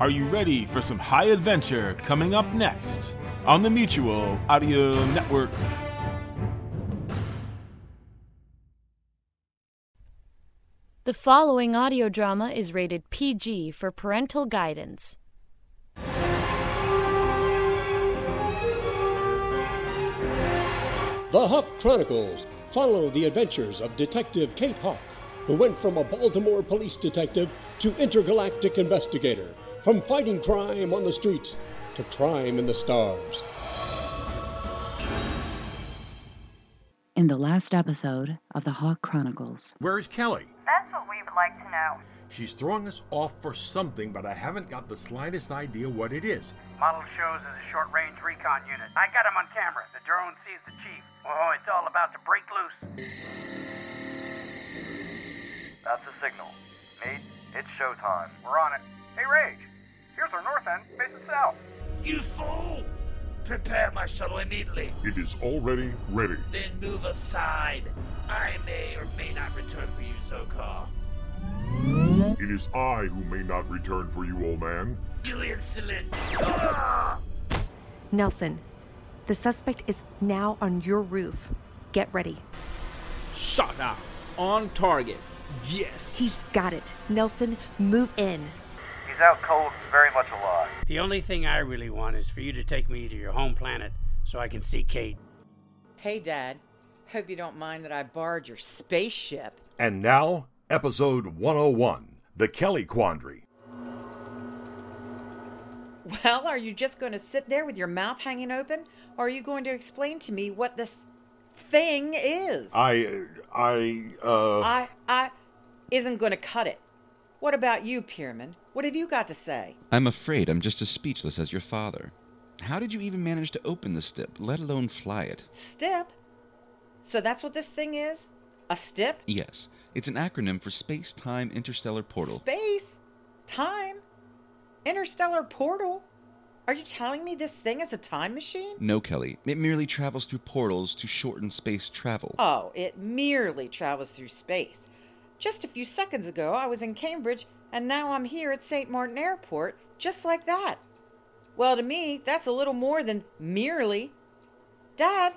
Are you ready for some high adventure coming up next on the Mutual Audio Network? The following audio drama is rated PG for parental guidance. The Hawk Chronicles follow the adventures of Detective Kate Hawk, who went from a Baltimore police detective to intergalactic investigator, from fighting crime on the streets to crime in the stars. In the last episode of The Hawk Chronicles, Where is Kelly? That's what we would like to know. She's throwing us off for something, but I haven't got the slightest idea what it is. Model shows as a short range recon unit. I got him on camera. The drone sees the chief. Oh, it's all about to break loose. That's a signal. Mate, it's showtime. We're on it. Hey, Rage. Here's our north end facing south. You fool! Prepare my shuttle immediately, It is already ready. then move aside. I may or may not return for you, Zokar. It is I who may not return for you, old man. You insolent. Ah! Nelson, the suspect is now on your roof. Get ready. Shot out. On target. Yes. He's got it. Nelson, move in. He's out cold, very much alive. The only thing I really want is for you to take me to your home planet so I can see Kate. Hey, Dad. Hope you don't mind that I borrowed your spaceship. And now, episode 101 The Kelly Quandary. Well, are you just going to sit there with your mouth hanging open? Or are you going to explain to me what this thing is? I. I. Uh. I, I isn't going to cut it. What about you, Pierman? What have you got to say? I'm afraid I'm just as speechless as your father. How did you even manage to open the stip, let alone fly it? Stip? So that's what this thing is? A stip? Yes, it's an acronym for Space Time Interstellar Portal. Space? Time? Interstellar portal? Are you telling me this thing is a time machine? no, Kelly, it merely travels through portals to shorten space travel. Oh, it merely travels through space. Just a few seconds ago, I was in Cambridge, and now I'm here at St. Martin Airport, just like that. Well, to me, that's a little more than merely. Dad,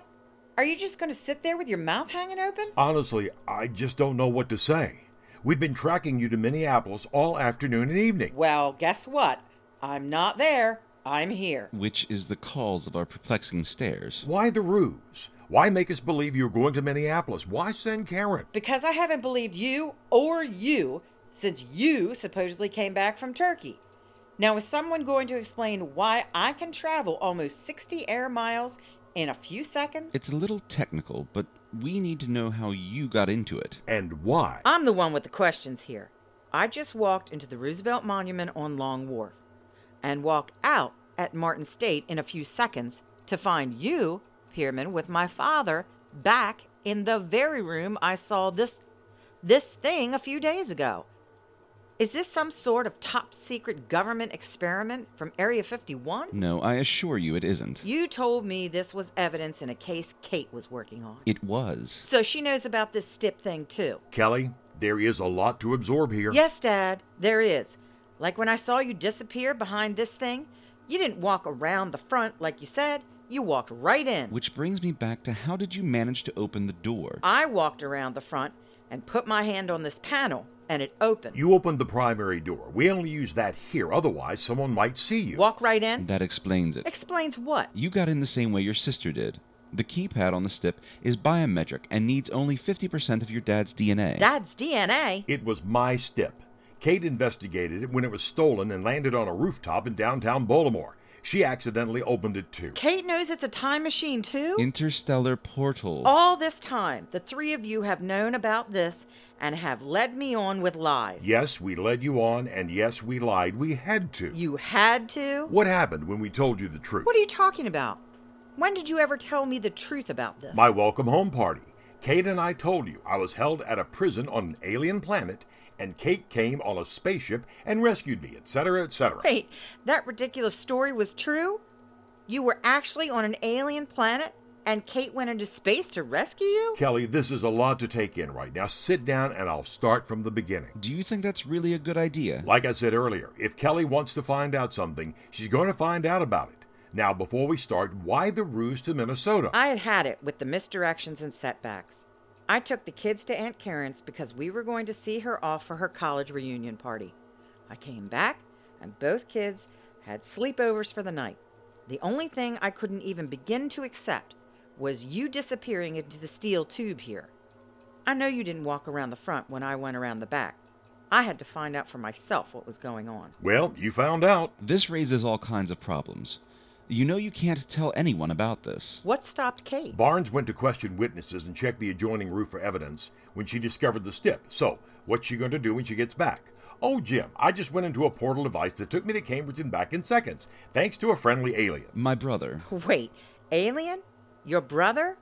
are you just going to sit there with your mouth hanging open? Honestly, I just don't know what to say. We've been tracking you to Minneapolis all afternoon and evening. Well, guess what? I'm not there. I'm here. Which is the cause of our perplexing stares. Why the ruse? Why make us believe you're going to Minneapolis? Why send Karen? Because I haven't believed you or you since you supposedly came back from Turkey. Now, is someone going to explain why I can travel almost 60 air miles in a few seconds? It's a little technical, but we need to know how you got into it. And why? I'm the one with the questions here. I just walked into the Roosevelt Monument on Long Wharf and walk out at Martin State in a few seconds to find you, Pierman, with my father back in the very room I saw this this thing a few days ago. Is this some sort of top secret government experiment from Area 51? No, I assure you it isn't. You told me this was evidence in a case Kate was working on. It was. So she knows about this stip thing too. Kelly, there is a lot to absorb here. Yes, Dad, there is. Like when I saw you disappear behind this thing, you didn't walk around the front like you said, you walked right in. Which brings me back to how did you manage to open the door? I walked around the front and put my hand on this panel and it opened. You opened the primary door. We only use that here, otherwise, someone might see you. walk right in? That explains it. Explains what? You got in the same way your sister did. The keypad on the stip is biometric and needs only 50% of your dad's DNA. Dad's DNA? It was my step. Kate investigated it when it was stolen and landed on a rooftop in downtown Baltimore. She accidentally opened it too. Kate knows it's a time machine, too? Interstellar portal. All this time, the three of you have known about this and have led me on with lies. Yes, we led you on, and yes, we lied. We had to. You had to? What happened when we told you the truth? What are you talking about? When did you ever tell me the truth about this? My welcome home party. Kate and I told you I was held at a prison on an alien planet, and Kate came on a spaceship and rescued me, etc., etc. Wait, that ridiculous story was true? You were actually on an alien planet, and Kate went into space to rescue you? Kelly, this is a lot to take in right now. Sit down and I'll start from the beginning. Do you think that's really a good idea? Like I said earlier, if Kelly wants to find out something, she's going to find out about it. Now, before we start, why the ruse to Minnesota? I had had it with the misdirections and setbacks. I took the kids to Aunt Karen's because we were going to see her off for her college reunion party. I came back, and both kids had sleepovers for the night. The only thing I couldn't even begin to accept was you disappearing into the steel tube here. I know you didn't walk around the front when I went around the back. I had to find out for myself what was going on. Well, you found out. This raises all kinds of problems. You know you can't tell anyone about this. What stopped Kate? Barnes went to question witnesses and check the adjoining roof for evidence when she discovered the stip. So, what's she going to do when she gets back? Oh, Jim, I just went into a portal device that took me to Cambridge and back in seconds, thanks to a friendly alien. My brother. Wait, alien? Your brother?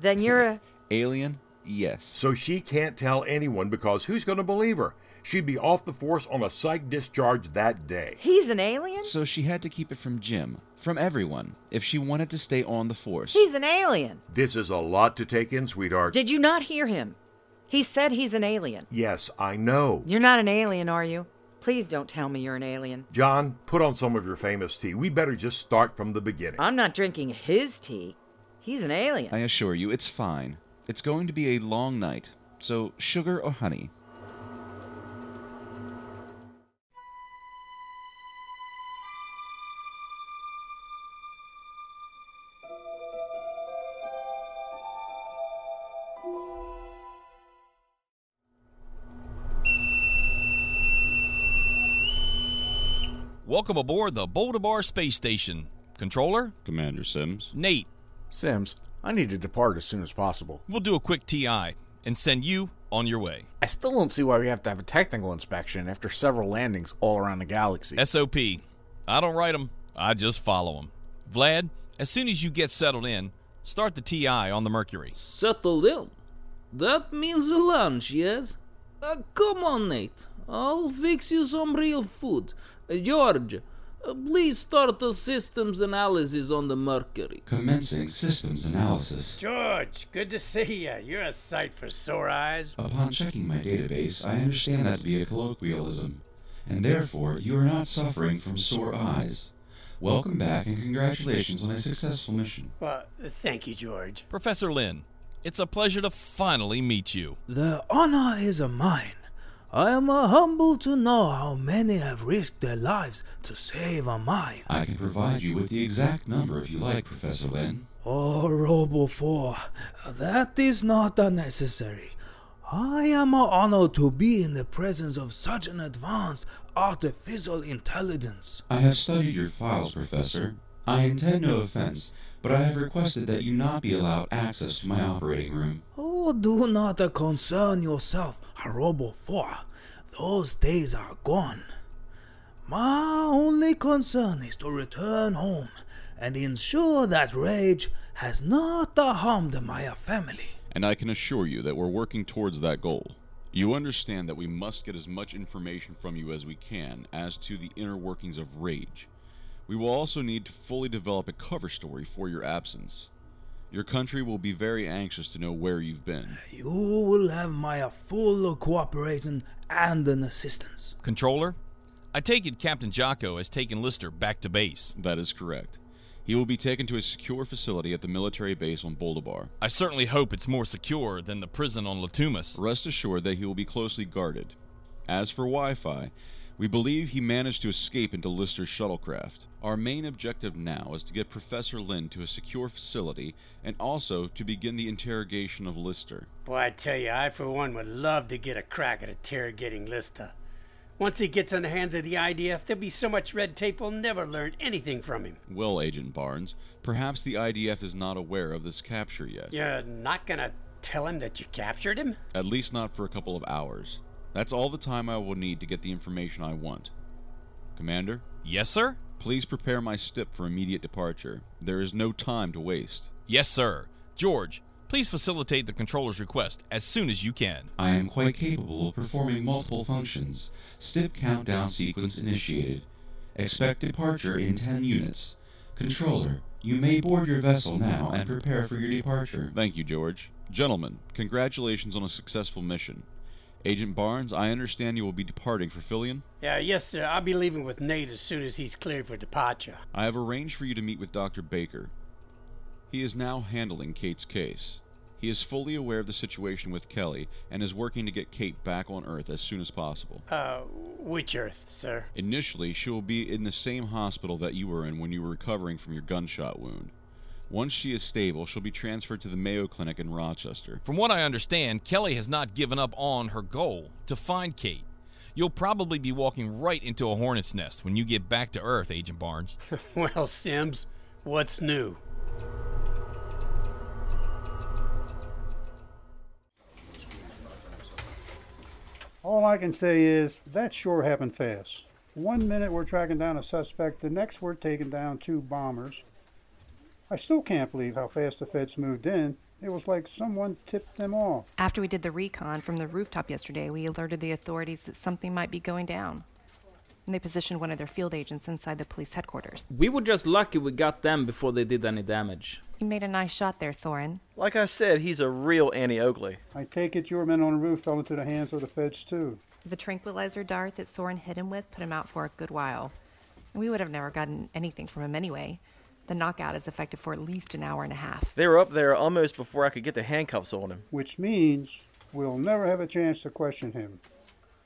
Then you're a. Alien? Yes. So she can't tell anyone because who's going to believe her? She'd be off the force on a psych discharge that day. He's an alien? So she had to keep it from Jim, from everyone, if she wanted to stay on the force. He's an alien. This is a lot to take in, sweetheart. Did you not hear him? He said he's an alien. Yes, I know. You're not an alien, are you? Please don't tell me you're an alien. John, put on some of your famous tea. We better just start from the beginning. I'm not drinking his tea. He's an alien. I assure you, it's fine. It's going to be a long night, so sugar or honey. Welcome aboard the Boldabar Space Station. Controller? Commander Sims. Nate. Sims, I need to depart as soon as possible. We'll do a quick TI and send you on your way. I still don't see why we have to have a technical inspection after several landings all around the galaxy. SOP. I don't write 'em. I just follow 'em. Vlad, as soon as you get settled in, start the TI on the Mercury. Settled in? That means the lounge, yes? Uh, come on, Nate. I'll fix you some real food. Uh, George, uh, please start the systems analysis on the Mercury. Commencing systems analysis. George, good to see you. You're a sight for sore eyes. Upon checking my database, I understand that to be a colloquialism, and therefore you are not suffering from sore eyes. Welcome back and congratulations on a successful mission. Well, thank you, George. Professor Lynn, it's a pleasure to finally meet you. The honor is mine. I am humbled to know how many have risked their lives to save a mine. I can provide you with the exact number if you like, Professor Lin. Oh, Robo 4, that is not unnecessary. I am honored to be in the presence of such an advanced artificial intelligence. I have studied your files, Professor. I intend no offense, but I have requested that you not be allowed access to my operating room. Oh, do not uh, concern yourself, Robo 4. Those days are gone. My only concern is to return home and ensure that rage has not uh, harmed my family. And I can assure you that we're working towards that goal. You understand that we must get as much information from you as we can as to the inner workings of rage. We will also need to fully develop a cover story for your absence. Your country will be very anxious to know where you've been. You will have my full cooperation and an assistance. Controller, I take it Captain Jocko has taken Lister back to base. That is correct. He will be taken to a secure facility at the military base on Boldabar. I certainly hope it's more secure than the prison on Latumas. Rest assured that he will be closely guarded. As for Wi Fi, we believe he managed to escape into Lister's shuttlecraft. Our main objective now is to get Professor Lin to a secure facility and also to begin the interrogation of Lister. Boy, I tell you, I for one would love to get a crack at interrogating Lister. Once he gets in the hands of the IDF, there'll be so much red tape we'll never learn anything from him. Well, Agent Barnes, perhaps the IDF is not aware of this capture yet. You're not gonna tell him that you captured him? At least not for a couple of hours. That's all the time I will need to get the information I want. Commander? Yes, sir? Please prepare my STIP for immediate departure. There is no time to waste. Yes, sir. George, please facilitate the controller's request as soon as you can. I am quite capable of performing multiple functions. STIP countdown sequence initiated. Expect departure in 10 units. Controller, you may board your vessel now and prepare for your departure. Thank you, George. Gentlemen, congratulations on a successful mission. Agent Barnes, I understand you will be departing for Fillion. Yeah, yes, sir. I'll be leaving with Nate as soon as he's cleared for departure. I have arranged for you to meet with Dr. Baker. He is now handling Kate's case. He is fully aware of the situation with Kelly and is working to get Kate back on Earth as soon as possible. Uh, which Earth, sir? Initially, she will be in the same hospital that you were in when you were recovering from your gunshot wound. Once she is stable, she'll be transferred to the Mayo Clinic in Rochester. From what I understand, Kelly has not given up on her goal to find Kate. You'll probably be walking right into a hornet's nest when you get back to Earth, Agent Barnes. well, Sims, what's new? All I can say is that sure happened fast. One minute we're tracking down a suspect, the next we're taking down two bombers. I still can't believe how fast the feds moved in. It was like someone tipped them off. After we did the recon from the rooftop yesterday, we alerted the authorities that something might be going down. And they positioned one of their field agents inside the police headquarters. We were just lucky we got them before they did any damage. You made a nice shot there, Soren. Like I said, he's a real Annie Oakley. I take it your men on the roof fell into the hands of the feds, too. The tranquilizer dart that Soren hit him with put him out for a good while. We would have never gotten anything from him anyway. The knockout is effective for at least an hour and a half. They were up there almost before I could get the handcuffs on him. Which means we'll never have a chance to question him.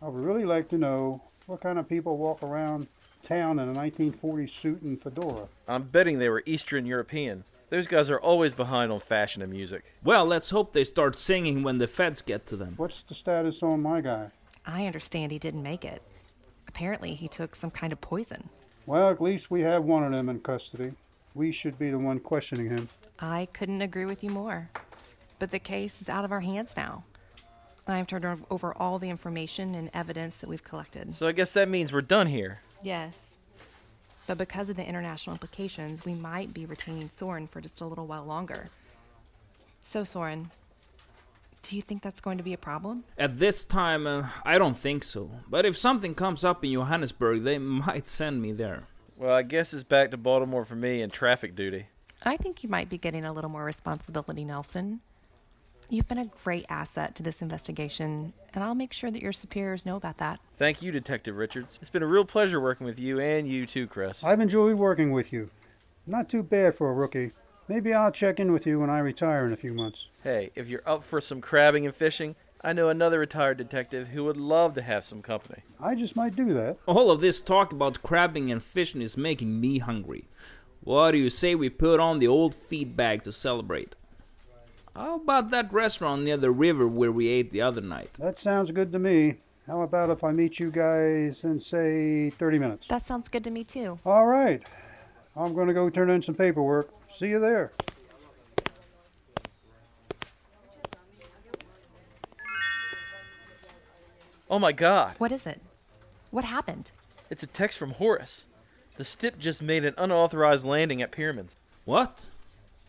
I would really like to know what kind of people walk around town in a 1940s suit and fedora. I'm betting they were Eastern European. Those guys are always behind on fashion and music. Well, let's hope they start singing when the feds get to them. What's the status on my guy? I understand he didn't make it. Apparently, he took some kind of poison. Well, at least we have one of them in custody. We should be the one questioning him. I couldn't agree with you more. But the case is out of our hands now. I have turned over all the information and evidence that we've collected. So I guess that means we're done here. Yes. But because of the international implications, we might be retaining Soren for just a little while longer. So, Soren, do you think that's going to be a problem? At this time, uh, I don't think so. But if something comes up in Johannesburg, they might send me there. Well, I guess it's back to Baltimore for me and traffic duty. I think you might be getting a little more responsibility, Nelson. You've been a great asset to this investigation, and I'll make sure that your superiors know about that. Thank you, Detective Richards. It's been a real pleasure working with you and you too, Chris. I've enjoyed working with you. Not too bad for a rookie. Maybe I'll check in with you when I retire in a few months. Hey, if you're up for some crabbing and fishing, I know another retired detective who would love to have some company. I just might do that. All of this talk about crabbing and fishing is making me hungry. What do you say we put on the old feed bag to celebrate? How about that restaurant near the river where we ate the other night? That sounds good to me. How about if I meet you guys in, say, 30 minutes? That sounds good to me, too. All right. I'm going to go turn in some paperwork. See you there. Oh my god. What is it? What happened? It's a text from Horace. The STIP just made an unauthorized landing at Pyramid's. What?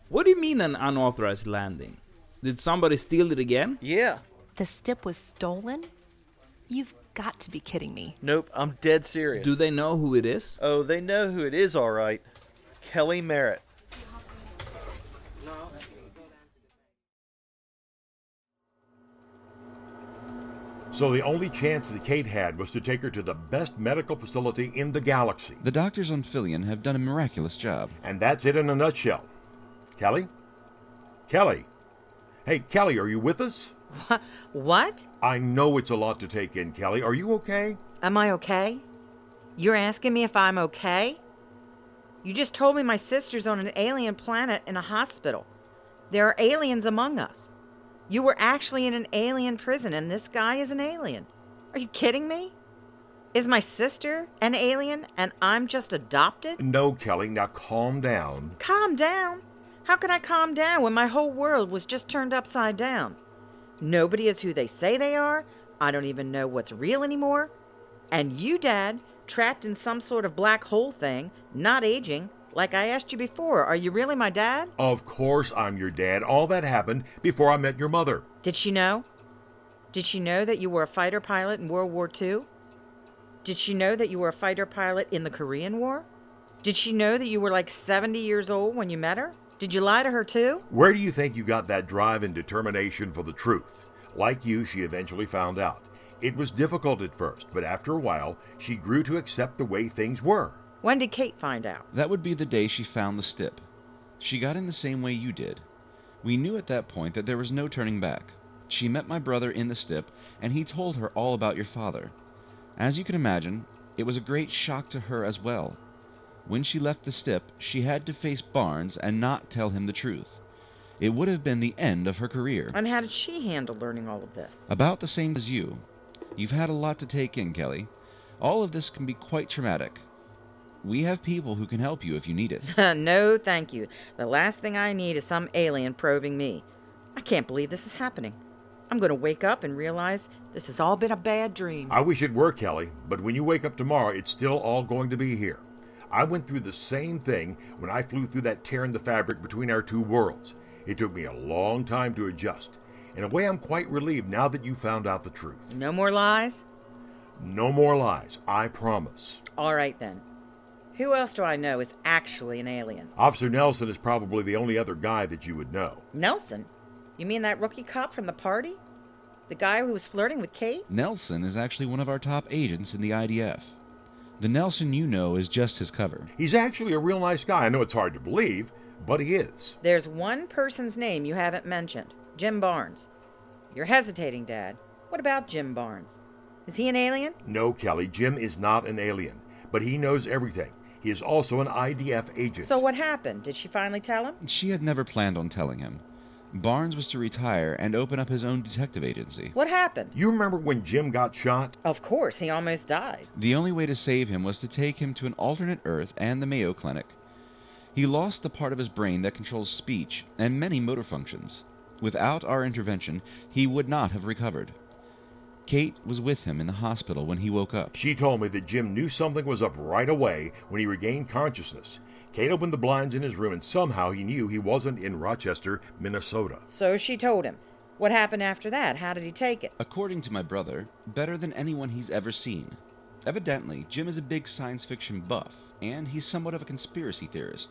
What do you mean an unauthorized landing? Did somebody steal it again? Yeah. The STIP was stolen? You've got to be kidding me. Nope, I'm dead serious. Do they know who it is? Oh, they know who it is, all right. Kelly Merritt. So the only chance that Kate had was to take her to the best medical facility in the galaxy. The doctors on Fillion have done a miraculous job. And that's it in a nutshell. Kelly? Kelly? Hey, Kelly, are you with us? What? I know it's a lot to take in, Kelly. Are you okay? Am I okay? You're asking me if I'm okay? You just told me my sister's on an alien planet in a hospital. There are aliens among us. You were actually in an alien prison, and this guy is an alien. Are you kidding me? Is my sister an alien and I'm just adopted? No, Kelly, now calm down. Calm down. How could I calm down when my whole world was just turned upside down? Nobody is who they say they are. I don't even know what's real anymore. And you, Dad, trapped in some sort of black hole thing, not aging. Like I asked you before, are you really my dad? Of course I'm your dad. All that happened before I met your mother. Did she know? Did she know that you were a fighter pilot in World War II? Did she know that you were a fighter pilot in the Korean War? Did she know that you were like 70 years old when you met her? Did you lie to her too? Where do you think you got that drive and determination for the truth? Like you, she eventually found out. It was difficult at first, but after a while, she grew to accept the way things were. When did Kate find out? That would be the day she found the stip. She got in the same way you did. We knew at that point that there was no turning back. She met my brother in the stip, and he told her all about your father. As you can imagine, it was a great shock to her as well. When she left the stip, she had to face Barnes and not tell him the truth. It would have been the end of her career. And how did she handle learning all of this? About the same as you. You've had a lot to take in, Kelly. All of this can be quite traumatic. We have people who can help you if you need it. no, thank you. The last thing I need is some alien probing me. I can't believe this is happening. I'm going to wake up and realize this has all been a bad dream. I wish it were, Kelly, but when you wake up tomorrow, it's still all going to be here. I went through the same thing when I flew through that tear in the fabric between our two worlds. It took me a long time to adjust. In a way, I'm quite relieved now that you found out the truth. No more lies? No more lies, I promise. All right then. Who else do I know is actually an alien? Officer Nelson is probably the only other guy that you would know. Nelson? You mean that rookie cop from the party? The guy who was flirting with Kate? Nelson is actually one of our top agents in the IDF. The Nelson you know is just his cover. He's actually a real nice guy. I know it's hard to believe, but he is. There's one person's name you haven't mentioned Jim Barnes. You're hesitating, Dad. What about Jim Barnes? Is he an alien? No, Kelly, Jim is not an alien, but he knows everything. He is also an IDF agent. So what happened? Did she finally tell him? She had never planned on telling him. Barnes was to retire and open up his own detective agency. What happened? You remember when Jim got shot? Of course, he almost died. The only way to save him was to take him to an alternate Earth and the Mayo Clinic. He lost the part of his brain that controls speech and many motor functions. Without our intervention, he would not have recovered. Kate was with him in the hospital when he woke up. She told me that Jim knew something was up right away when he regained consciousness. Kate opened the blinds in his room and somehow he knew he wasn't in Rochester, Minnesota. So she told him. What happened after that? How did he take it? According to my brother, better than anyone he's ever seen. Evidently, Jim is a big science fiction buff, and he's somewhat of a conspiracy theorist.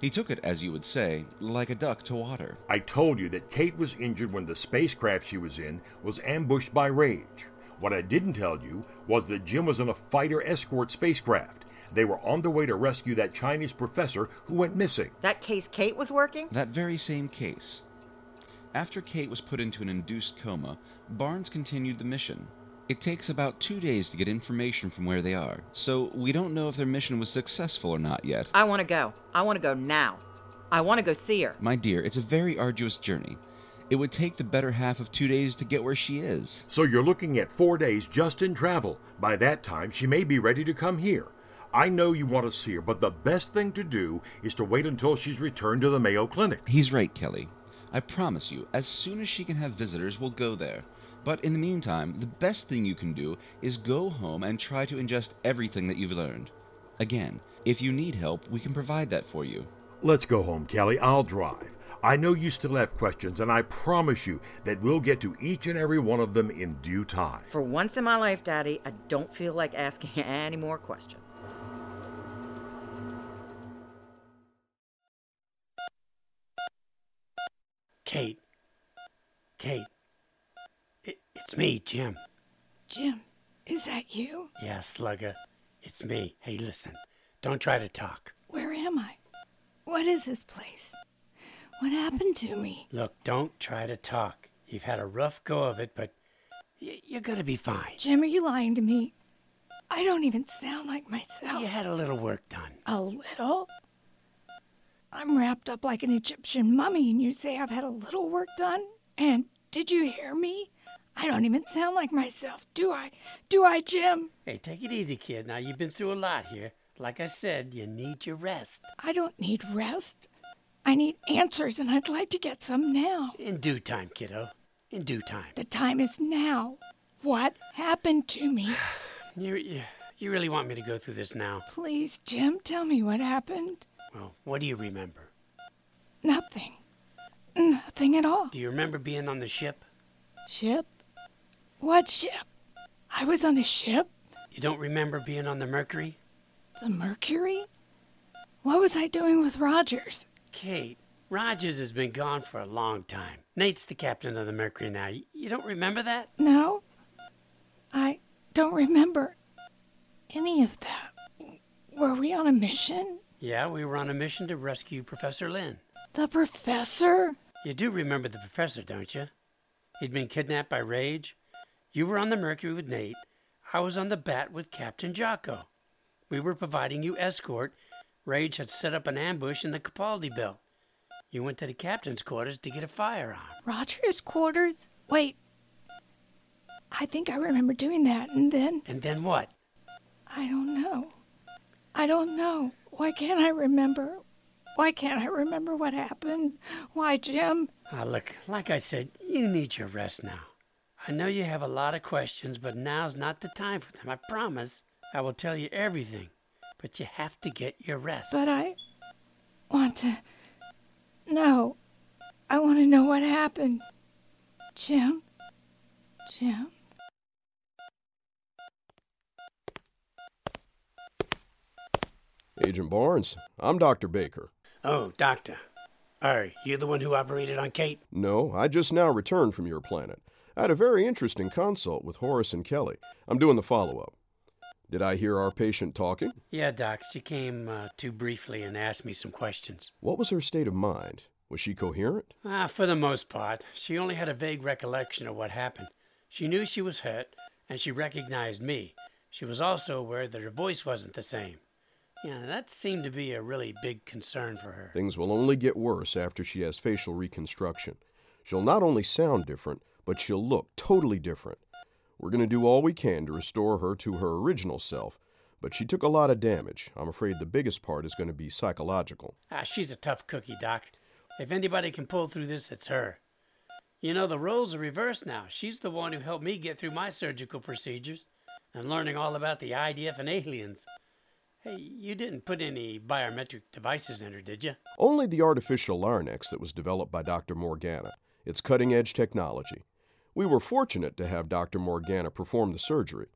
He took it, as you would say, like a duck to water. I told you that Kate was injured when the spacecraft she was in was ambushed by Rage. What I didn't tell you was that Jim was in a fighter escort spacecraft. They were on their way to rescue that Chinese professor who went missing. That case Kate was working? That very same case. After Kate was put into an induced coma, Barnes continued the mission. It takes about two days to get information from where they are, so we don't know if their mission was successful or not yet. I want to go. I want to go now. I want to go see her. My dear, it's a very arduous journey. It would take the better half of two days to get where she is. So you're looking at four days just in travel. By that time, she may be ready to come here. I know you want to see her, but the best thing to do is to wait until she's returned to the Mayo Clinic. He's right, Kelly. I promise you, as soon as she can have visitors, we'll go there. But in the meantime, the best thing you can do is go home and try to ingest everything that you've learned. Again, if you need help, we can provide that for you. Let's go home, Kelly. I'll drive. I know you still have questions, and I promise you that we'll get to each and every one of them in due time. For once in my life, Daddy, I don't feel like asking any more questions. Kate. Kate. It, it's me, Jim. Jim, is that you? Yeah, Slugger. It's me. Hey, listen. Don't try to talk. Where am I? What is this place? What happened to me? Look, don't try to talk. You've had a rough go of it, but y- you're gonna be fine. Jim, are you lying to me? I don't even sound like myself. You had a little work done. A little? I'm wrapped up like an Egyptian mummy, and you say I've had a little work done? And did you hear me? I don't even sound like myself, do I? Do I, Jim? Hey, take it easy, kid. Now, you've been through a lot here. Like I said, you need your rest. I don't need rest. I need answers, and I'd like to get some now. In due time, kiddo. In due time. The time is now. What happened to me? You, you, you really want me to go through this now? Please, Jim, tell me what happened. Well, what do you remember? Nothing. Nothing at all. Do you remember being on the ship? Ship? What ship? I was on a ship? You don't remember being on the Mercury? The Mercury? What was I doing with Rogers? Kate, Rogers has been gone for a long time. Nate's the captain of the Mercury now. You, you don't remember that? No. I don't remember any of that. Were we on a mission? Yeah, we were on a mission to rescue Professor Lynn. The professor? You do remember the professor, don't you? He'd been kidnapped by Rage. You were on the Mercury with Nate. I was on the Bat with Captain Jocko. We were providing you escort. Rage had set up an ambush in the Capaldi Belt. You went to the captain's quarters to get a firearm. Roger's quarters? Wait. I think I remember doing that, and then. And then what? I don't know. I don't know. Why can't I remember? Why can't I remember what happened? Why, Jim? Ah, look, like I said, you need your rest now. I know you have a lot of questions, but now's not the time for them. I promise I will tell you everything, but you have to get your rest. But I want to. No, I want to know what happened. Jim? Jim? Agent Barnes, I'm Dr. Baker. Oh, Doctor. Are you the one who operated on Kate? No, I just now returned from your planet. I had a very interesting consult with Horace and Kelly. I'm doing the follow up. Did I hear our patient talking? Yeah, Doc. She came uh, too briefly and asked me some questions. What was her state of mind? Was she coherent? Ah, for the most part. She only had a vague recollection of what happened. She knew she was hurt, and she recognized me. She was also aware that her voice wasn't the same. Yeah, that seemed to be a really big concern for her. Things will only get worse after she has facial reconstruction. She'll not only sound different, but she'll look totally different. We're going to do all we can to restore her to her original self, but she took a lot of damage. I'm afraid the biggest part is going to be psychological. Ah, she's a tough cookie, Doc. If anybody can pull through this, it's her. You know, the roles are reversed now. She's the one who helped me get through my surgical procedures and learning all about the IDF and aliens. Hey, you didn't put any biometric devices in her, did you? Only the artificial larynx that was developed by Dr. Morgana. It's cutting edge technology. We were fortunate to have Dr. Morgana perform the surgery.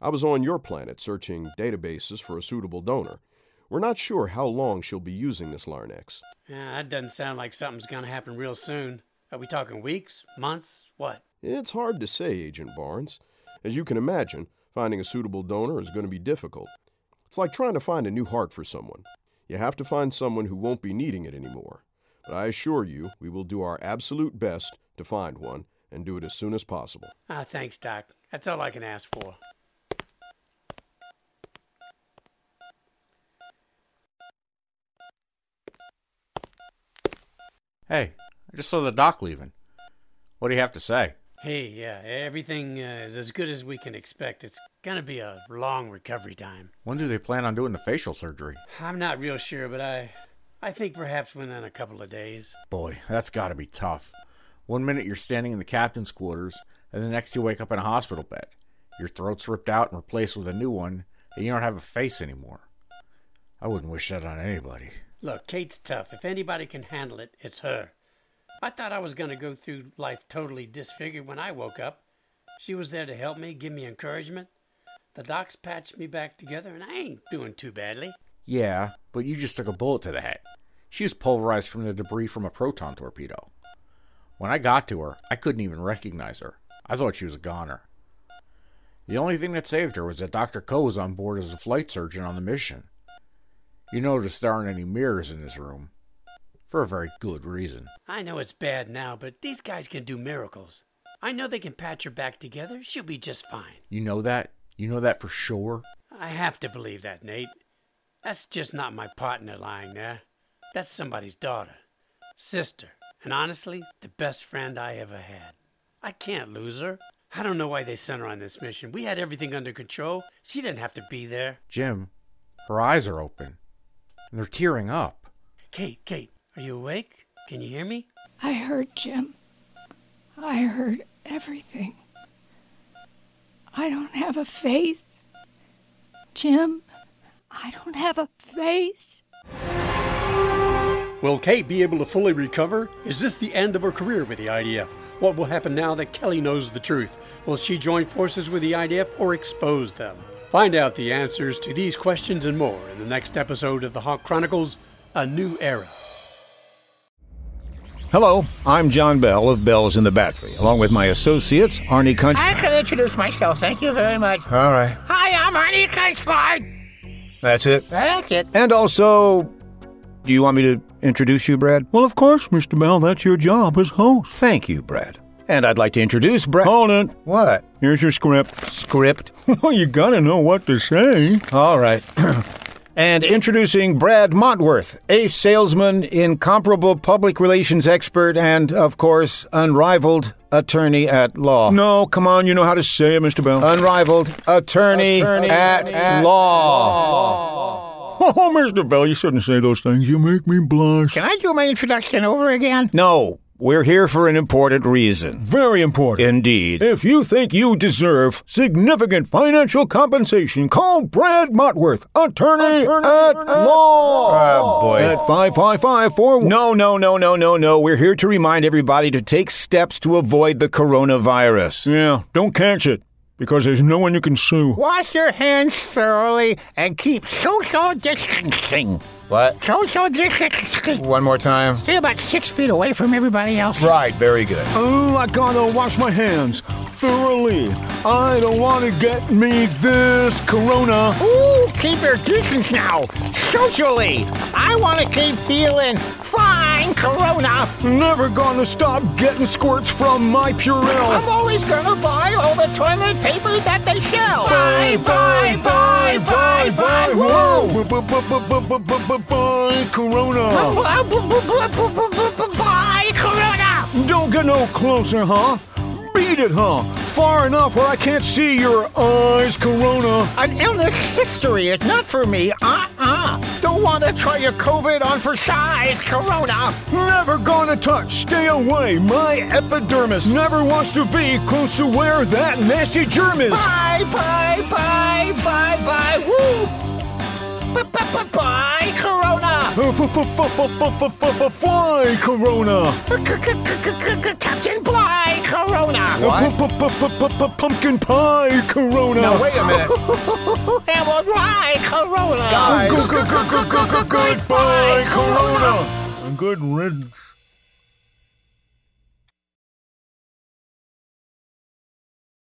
I was on your planet searching databases for a suitable donor. We're not sure how long she'll be using this larynx. Yeah, Ah, that doesn't sound like something's going to happen real soon. Are we talking weeks, months, what? It's hard to say, Agent Barnes. As you can imagine, finding a suitable donor is going to be difficult. It's like trying to find a new heart for someone. You have to find someone who won't be needing it anymore. But I assure you, we will do our absolute best to find one and do it as soon as possible. Ah, thanks, Doc. That's all I can ask for. Hey, I just saw the doc leaving. What do you have to say? Hey, yeah, everything uh, is as good as we can expect. It's going to be a long recovery time. When do they plan on doing the facial surgery? I'm not real sure, but I I think perhaps within a couple of days. Boy, that's got to be tough. One minute you're standing in the captain's quarters, and the next you wake up in a hospital bed. Your throat's ripped out and replaced with a new one, and you don't have a face anymore. I wouldn't wish that on anybody. Look, Kate's tough. If anybody can handle it, it's her. I thought I was going to go through life totally disfigured when I woke up. She was there to help me, give me encouragement. The docs patched me back together, and I ain't doing too badly. Yeah, but you just took a bullet to the head. She was pulverized from the debris from a proton torpedo. When I got to her, I couldn't even recognize her. I thought she was a goner. The only thing that saved her was that Dr. Coe was on board as a flight surgeon on the mission. You notice there aren't any mirrors in this room. For a very good reason. I know it's bad now, but these guys can do miracles. I know they can patch her back together. She'll be just fine. You know that? You know that for sure? I have to believe that, Nate. That's just not my partner lying there. That's somebody's daughter, sister, and honestly, the best friend I ever had. I can't lose her. I don't know why they sent her on this mission. We had everything under control. She didn't have to be there. Jim, her eyes are open, and they're tearing up. Kate, Kate, are you awake? Can you hear me? I heard Jim. I heard everything. I don't have a face. Jim, I don't have a face. Will Kate be able to fully recover? Is this the end of her career with the IDF? What will happen now that Kelly knows the truth? Will she join forces with the IDF or expose them? Find out the answers to these questions and more in the next episode of the Hawk Chronicles A New Era. Hello, I'm John Bell of Bells in the Battery, along with my associates, Arnie Country. I can introduce myself, thank you very much. All right, Hi, I'm Arnie Kunschbard. that's it. That's it. And also, do you want me to introduce you, Brad? Well, of course, Mr. Bell. That's your job as host. Thank you, Brad. And I'd like to introduce Brad. Hold it. What? Here's your script. Script? well, you gotta know what to say. All right. and introducing Brad Montworth, a salesman, incomparable public relations expert, and, of course, unrivaled attorney at law. No, come on, you know how to say it, Mr. Bell. Unrivaled attorney, at, law. Oh, Mr. Bell, you shouldn't say those things. You make me blush. Can I do my introduction over again? No, we're here for an important reason. Very important. Indeed. If you think you deserve significant financial compensation, call Brad Motworth, attorney, at law. Oh, boy. At 555 No, no, no, no, no, no. We're here to remind everybody to take steps to avoid the coronavirus. Yeah, don't catch it, because there's no one you can sue. Wash your hands thoroughly and keep social distancing. What? Social distancing. One more time. Stay about six feet away from everybody else. Right, very good. Oh, I gotta wash my hands thoroughly. I don't wanna get me this corona. Ooh, keep your distance now. Socially. I want to keep feeling fine, Corona. Never gonna stop getting squirts from my I'm Purell. always gonna buy all the toilet paper that they sell. Bye, bye, bye, bye, bye. Whoa. Bye, Blah, Corona. blah, blah, blah, blah, blah, blah, blah, blah, Bye, Corona. Don't get no closer, huh? Beat it, huh? Far enough where I can't see your eyes, Corona. An illness history is not for me. Uh-uh. Don't want to try your COVID on for size, Corona. Never gonna touch, stay away, my epidermis. Never wants to be close to where that nasty germ is. Bye, bye, bye, bye, bye. Woo. Bye, Corona. Fly, Corona. Captain Bye, Corona. Pumpkin pie, Corona. Now, wait a minute. And we'll ride Corona. Goodbye, Corona. A good rinse.